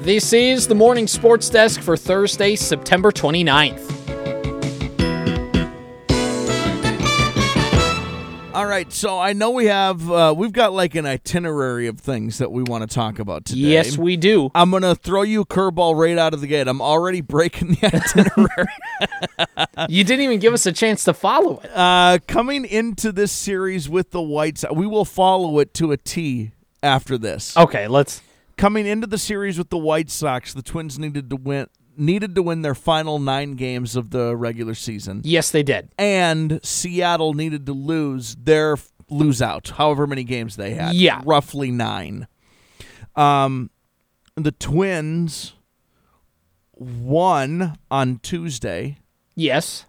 This is the morning sports desk for Thursday, September 29th. All right, so I know we have uh, we've got like an itinerary of things that we want to talk about today. Yes, we do. I'm gonna throw you a curveball right out of the gate. I'm already breaking the itinerary. You didn't even give us a chance to follow it. uh, coming into this series with the White Sox, we will follow it to a T after this. Okay, let's. Coming into the series with the White Sox, the Twins needed to win needed to win their final nine games of the regular season, Yes, they did. and Seattle needed to lose their f- lose out, however many games they had. Yeah. roughly nine. Um, the Twins won on Tuesday. Yes.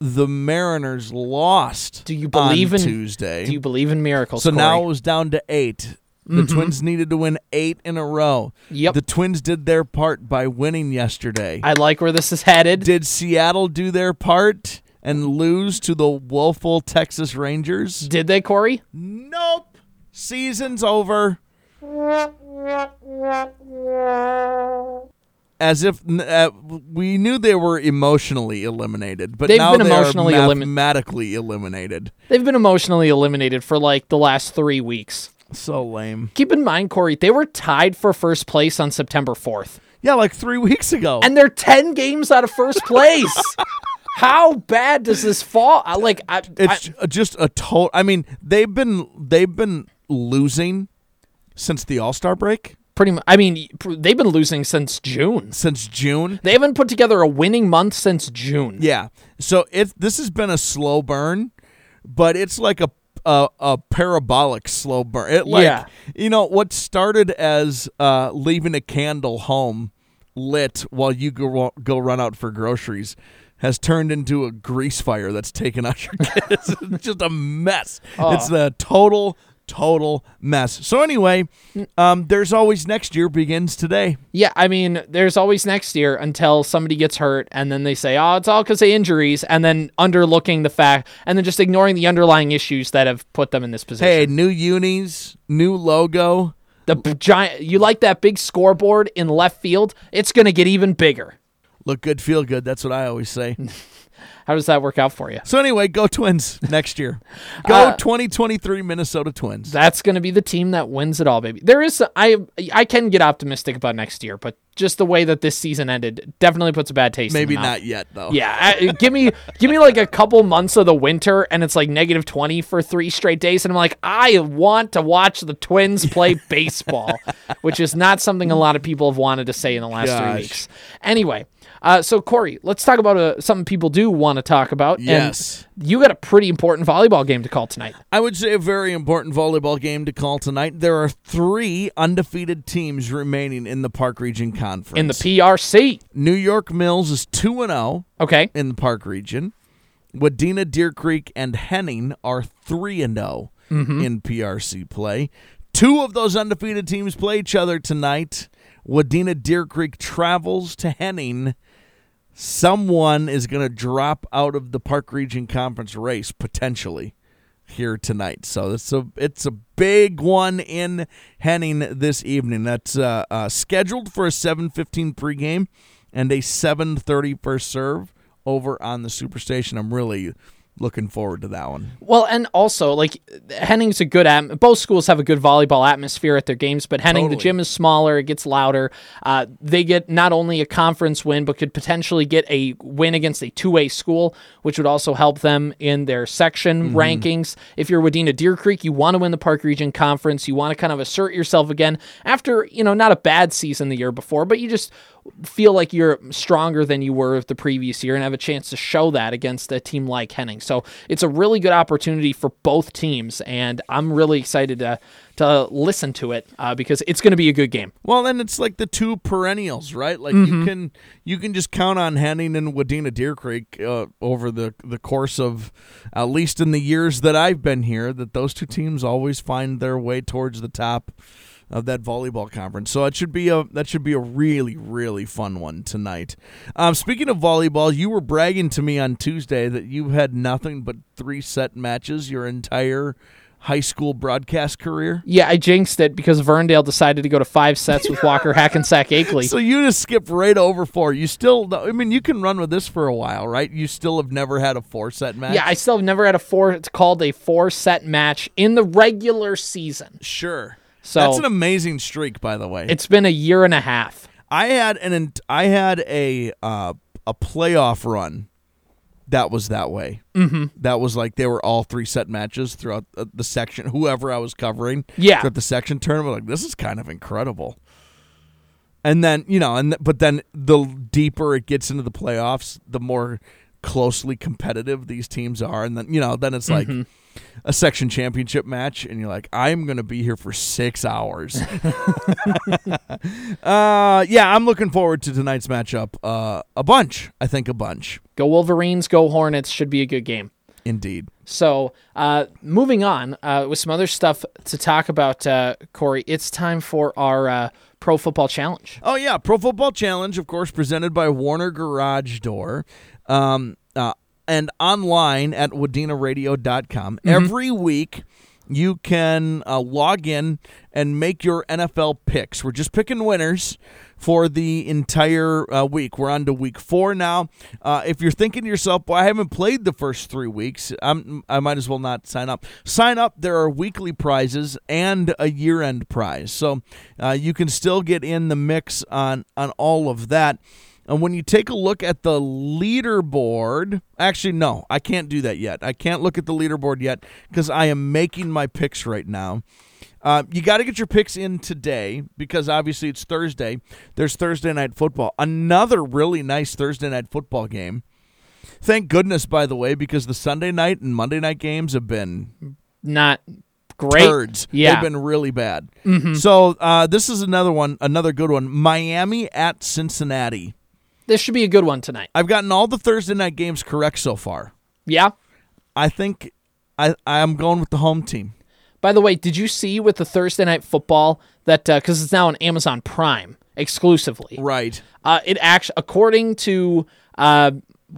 The Mariners lost. Do you believe on in- Tuesday? Do you believe in miracles? Eh, So now it Corey? was down to eight. The Twins needed to win eight in a row. Yep. The Twins did their part by winning yesterday. I like where this is headed. did Seattle do their part and lose to the woeful Texas Rangers? did they, Corey? Nope. Season's over. As if n- uh, we knew they were emotionally eliminated, but They've now been they emotionally are elimi- mathematically eliminated. They've been emotionally eliminated for like the last three weeks. So lame. Keep in mind, Corey, they were tied for first place on September 4th, Yeah, like three weeks ago. and they're 10 games out of first place. How bad does this fall? I, like, I, I, It's ju- uh, just a total. I mean, they've been they've been losing since the All Star break, pretty much, I mean, pr- they've been losing since June. since June. They haven't put together a winning month since June. Yeah, so it this has been a slow burn, but it's like a a, a parabolic slow burn. It like Yeah. you know what started as uh, leaving a candle home lit while you go go run out for groceries. Has turned into a grease fire that's taken out your kids. it's just a mess. It's a total, total mess. So anyway, um, there's always next year begins today. Yeah, I mean, there's always next year until somebody gets hurt, and then they say, "Oh, it's all because of injuries," and then underlooking the fact, and then just ignoring the underlying issues that have put them in this position. Hey, new unis, new logo. the b- giant, you like that big scoreboard in left field? It's gonna get even bigger. Look good, feel good. That's what I always say. How does that work out for you? So anyway, go Twins next year. Go 2023 Minnesota Twins. Uh, That's gonna be the team that wins it all, baby. There is, I, I can get optimistic about next year, but just the way that this season ended definitely puts a bad taste. in the Maybe mouth. not yet though. Yeah, I, give me give me like a couple months of the winter, and it's like negative twenty for three straight days, and I'm like, I want to watch the Twins play baseball, which is not something a lot of people have wanted to say in the last Gosh. three weeks. Anyway, uh, so Corey, let's talk about uh, something people do want to talk about. and Yes. you got a pretty important volleyball game to call tonight. I would say a very important volleyball game to call tonight. There are 3 undefeated teams remaining in the Park Region Conference. In the PRC. New York Mills is 2 and oh. 0 Okay. in the Park Region. Wadena, Deer Creek and Henning are 3 and 0 in PRC play. Two of those undefeated teams play each other tonight. Wadena Deer Creek travels to Henning. Someone is going to drop out of the Park Region Conference race potentially here tonight. So it's a it's a big one in Henning this evening. That's uh, uh, scheduled for a 7:15 pregame and a 7:30 first serve over on the Superstation. I'm really looking forward to that one. Well, and also like Henning's a good at both schools have a good volleyball atmosphere at their games, but Henning the Totally. gym is smaller, it gets louder. Uh, they get not only a conference win, but could potentially get a win against a two A school, which would also help them in their section rankings. If you're Wadena Deer Creek, you want to win the Park Region Conference, you want to kind of assert yourself again after you know not a bad season the year before, but you just feel like you're stronger than you were the previous year and have a chance to show that against a team like Henning. So it's a really good opportunity for both teams, and I'm really excited to to listen to it uh, because it's going to be a good game. Well, then it's like the two perennials, right? Like you can you can just count on Henning and Wadena Deer Creek uh, over the the course of at least in the years that I've been here that those two teams always find their way towards the top of that volleyball conference. So it should be a that should be a really really fun one tonight. Um, speaking of volleyball, you were bragging to me on Tuesday that you had nothing but three set matches your entire high school broadcast career? Yeah, I jinxed it because Verndale decided to go to five sets with Walker Hackensack Akeley. So you just skipped right over four. You still, I mean, you can run with this for a while, right? You still have never had a four set match. Yeah, I still have never had a four. It's called a four set match in the regular season. sure. So- that's an amazing streak, by the way. It's been a year and a half. I had an ent- I had a uh, a playoff run that was that way. Mm-hmm. That was like they were all three set matches throughout uh, the section. Whoever I was covering, Yeah. throughout the section tournament, like this is kind of incredible. And then you know, and th- but then the deeper it gets into the playoffs, the more closely competitive these teams are, and then you know, then it's like. A section championship match, and you're like, I'm gonna be here for six hours. Uh, yeah, I'm looking forward to tonight's matchup. Uh, a bunch, I think, a bunch, Go Wolverines, go Hornets. Should be a good game. indeed. So, uh, moving on uh, with some other stuff to talk about, uh, Corey. It's time for our uh, Pro Football Challenge. Oh yeah, Pro Football Challenge, of course, presented by Warner Garage Door, um, uh, and online at WadinaRadio.com. Every week, you can uh, log in and make your NFL picks. We're just picking winners for the entire uh, week. We're on to week four now. Uh, if you're thinking to yourself, "Well, I haven't played the first three weeks. I'm, I might as well not sign up." Sign up. There are weekly prizes and a year-end prize, so uh, you can still get in the mix on on all of that. And when you take a look at the leaderboard, actually, no, I can't do that yet. I can't look at the leaderboard yet because I am making my picks right now. Uh, you got to get your picks in today because obviously it's Thursday. There's Thursday night football. Another really nice Thursday night football game. Thank goodness, by the way, because the Sunday night and Monday night games have been Not great. turds. Yeah. Mm-hmm. They've been really bad. So uh, this is another one, another good one. Miami at Cincinnati. This should be a good one tonight. I've gotten all the Thursday night games correct so far. Yeah. I think I I'm going with the home team. By the way, did you see with the Thursday Night Football that because it's now on Amazon Prime exclusively? Right. Uh, it actually, according to uh,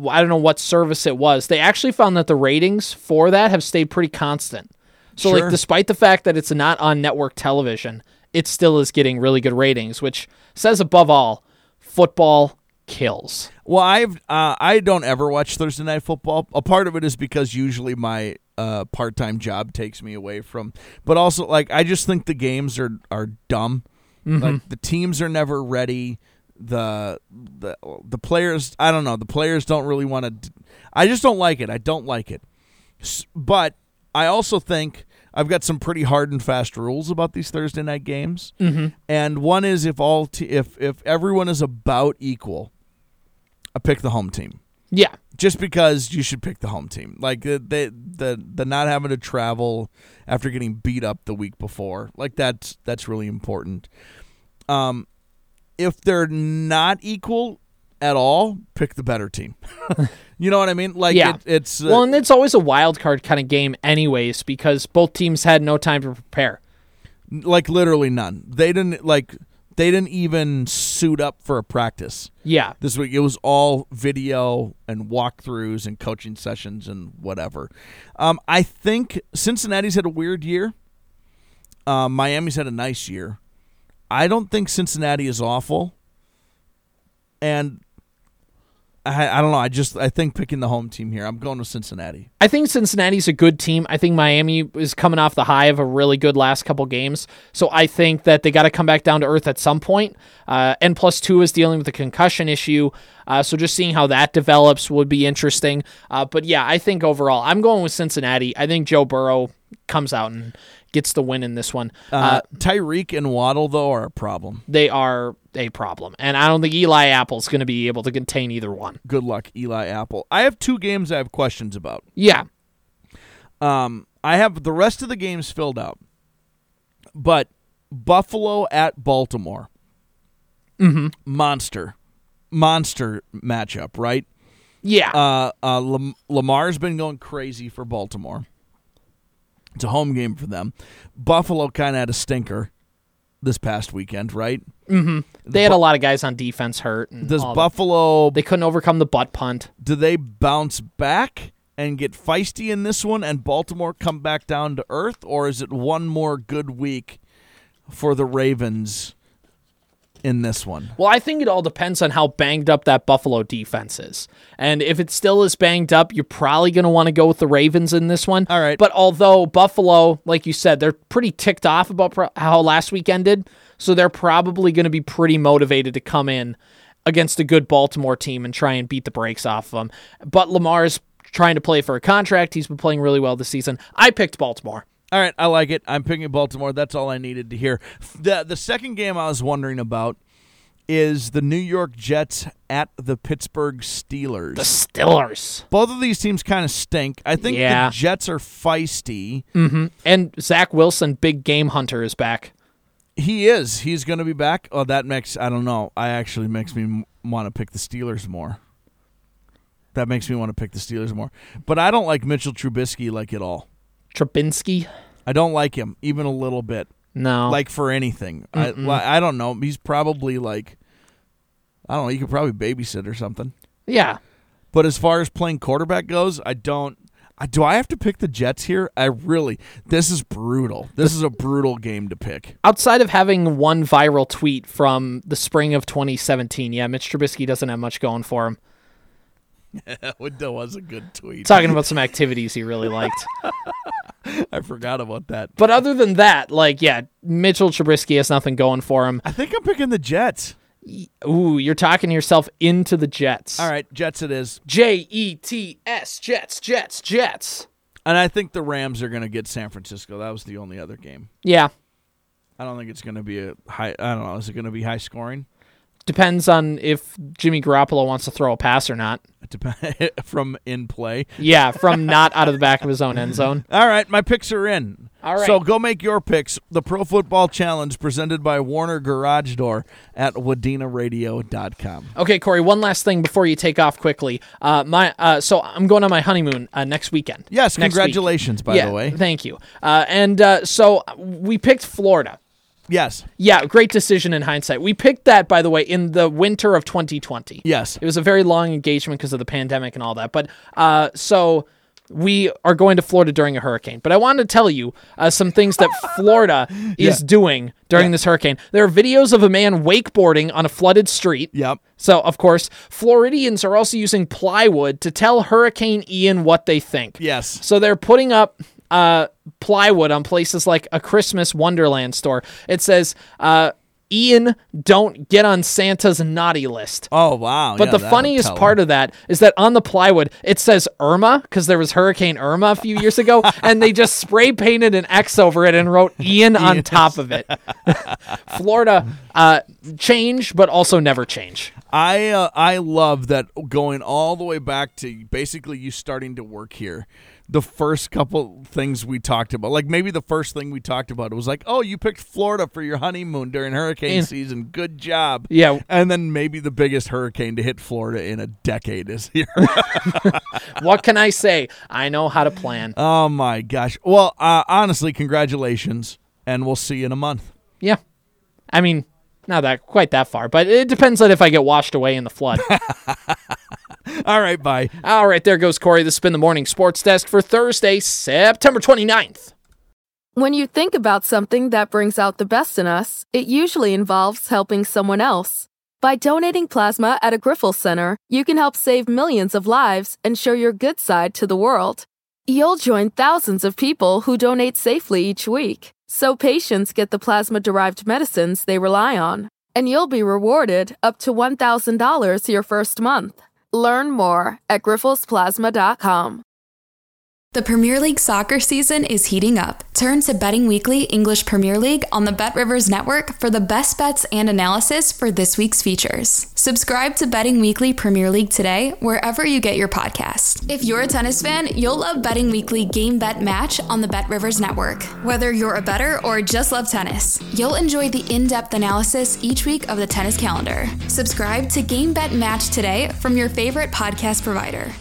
I don't know what service it was, they actually found that the ratings for that have stayed pretty constant. So, Sure. like, despite the fact that it's not on network television, it still is getting really good ratings, which says above all, football kills. Well, I've uh, I don't ever watch Thursday night football. A part of it is because usually my uh, part time job takes me away from, but also like I just think the games are are dumb. Like the teams are never ready. The the the players I don't know. The players don't really want to. I just don't like it. I don't like it. S- But I also think I've got some pretty hard and fast rules about these Thursday night games. Mm-hmm. And one is if all t- if if everyone is about equal. I pick the home team Yeah, just because you should pick the home team. Like the the the, the not having to travel after getting beat up the week before. Like that's that's really important. Um if they're not equal at all, pick the better team. you know what I mean? Like Yeah. it, it's uh, well, and it's always a wild card kind of game, anyways, because both teams had no time to prepare. like literally none. They didn't like they didn't even suit up for a practice. Yeah, this week. It was all video and walkthroughs and coaching sessions and whatever. Um, I think Cincinnati's had a weird year. Uh, Miami's had a nice year. I don't think Cincinnati is awful, and I, I don't know. I just I think picking the home team here. I'm going with Cincinnati. I think Cincinnati's a good team. I think Miami is coming off the high of a really good last couple games. So I think that they got to come back down to earth at some point. Uh, N plus two is dealing with a concussion issue. Uh, so just seeing how that develops would be interesting. Uh, but yeah, I think overall, I'm going with Cincinnati. I think Joe Burrow comes out and gets the win in this one. Uh, Tyreek and Waddle though are a problem. They are a problem. And I don't think Eli Apple's going to be able to contain either one. Good luck, Eli Apple. I have two games I have questions about. Yeah. Um, I have the rest of the games filled out, but Buffalo at Baltimore, mm-hmm. monster, monster matchup, right? Yeah. Uh, uh, Lam- Lamar's been going crazy for Baltimore. It's a home game for them. Buffalo kind of had a stinker this past weekend, right? they had a lot of guys on defense hurt. And Does all that. Buffalo They couldn't overcome the butt punt. do they bounce back and get feisty in this one and Baltimore come back down to earth, or is it one more good week for the Ravens in this one? Well, I think it all depends on how banged up that Buffalo defense is. And if it still is banged up, you're probably going to want to go with the Ravens in this one. All right. But although Buffalo, like you said, they're pretty ticked off about pro- how last week ended, so they're probably going to be pretty motivated to come in against a good Baltimore team and try and beat the brakes off of them. But Lamar's trying to play for a contract. He's been playing really well this season. I picked Baltimore. All right, I like it. I'm picking Baltimore. That's all I needed to hear. The the second game I was wondering about is the New York Jets at the Pittsburgh Steelers. The Steelers. Both of these teams kind of stink. I think Yeah. the Jets are feisty. And Zach Wilson, big game hunter, is back. He is. He's going to be back. Oh, that makes I don't know. I actually makes me want to pick the Steelers more. That makes me want to pick the Steelers more. But I don't like Mitchell Trubisky like at all. Trubinsky? I don't like him even a little bit. No. like for anything. I, li- I don't know. He's probably like, I don't know. You could probably babysit or something. yeah. But as far as playing quarterback goes, I don't. I, do I have to pick the Jets here? I really. This is brutal. This is a brutal game to pick. Outside of having one viral tweet from the spring of 2017, yeah, Mitch Trubisky doesn't have much going for him. that was a good tweet. Talking about some activities he really liked. I forgot about that. But other than that, like, yeah, Mitchell Trubisky has nothing going for him. I think I'm picking the Jets. Ooh, you're talking yourself into the Jets. All right, Jets it is. J E T S, Jets, Jets, Jets. And I think the Rams are going to get San Francisco. That was the only other game. Yeah. I don't think it's going to be a high. I don't know. Is it going to be high scoring? Depends on if Jimmy Garoppolo wants to throw a pass or not. It depends from in play. Yeah, from not out of the back of his own end zone. All right, my picks are in. All right. So go make your picks. The Pro Football Challenge presented by Warner Garage Door at wadinaradio.com. Okay, Corey, one last thing before you take off quickly. Uh, my uh, so I'm going on my honeymoon uh, next weekend. Yes, Next week. congratulations, by yeah, the way. Thank you. Uh, and uh, so we picked Florida. Yes, Yeah, great decision in hindsight. We picked that, by the way, in the winter of 2020. yes. It was a very long engagement because of the pandemic and all that. But uh, so we are going to Florida during a hurricane. But I wanted to tell you uh, some things that Florida is Yeah. doing during this hurricane. There are videos of a man wakeboarding on a flooded street. Yep. So, of course, Floridians are also using plywood to tell Hurricane Ian what they think. Yes. So they're putting up uh, plywood on places like a Christmas Wonderland store. It says, uh, Ian, don't get on Santa's naughty list. Oh, wow. But the funniest part of that is that on the plywood it says Irma because there was Hurricane Irma a few years ago, and they just spray painted an X over it and wrote Ian on top of it. Florida, uh, change, but also never change. I uh, I love that going all the way back to basically you starting to work here. The first couple things we talked about, like maybe the first thing we talked about was like, "Oh, you picked Florida for your honeymoon during hurricane And- season. Good job." Yeah. And then maybe the biggest hurricane to hit Florida in a decade is here. What can I say? I know how to plan. oh my gosh. Well, uh, honestly, congratulations, and we'll see you in a month. Yeah, I mean, not that quite that far, but it depends on if I get washed away in the flood. All right, bye. All right, there goes Corey. This has been the morning sports desk for Thursday, September 29th. When you think about something that brings out the best in us, it usually involves helping someone else. By donating plasma at a Griffel Center, you can help save millions of lives and show your good side to the world. You'll join thousands of people who donate safely each week, so patients get the plasma derived medicines they rely on. And you'll be rewarded up to $1,000 your first month. Learn more at griffelsplasma.com. The Premier League soccer season is heating up. Turn to Betting Weekly English Premier League on the Bet Rivers Network for the best bets and analysis for this week's features. Subscribe to Betting Weekly Premier League today, wherever you get your podcast. If you're a tennis fan, you'll love Betting Weekly Game Bet Match on the Bet Rivers Network. Whether you're a better or just love tennis, you'll enjoy the in depth analysis each week of the tennis calendar. Subscribe to Game Bet Match today from your favorite podcast provider.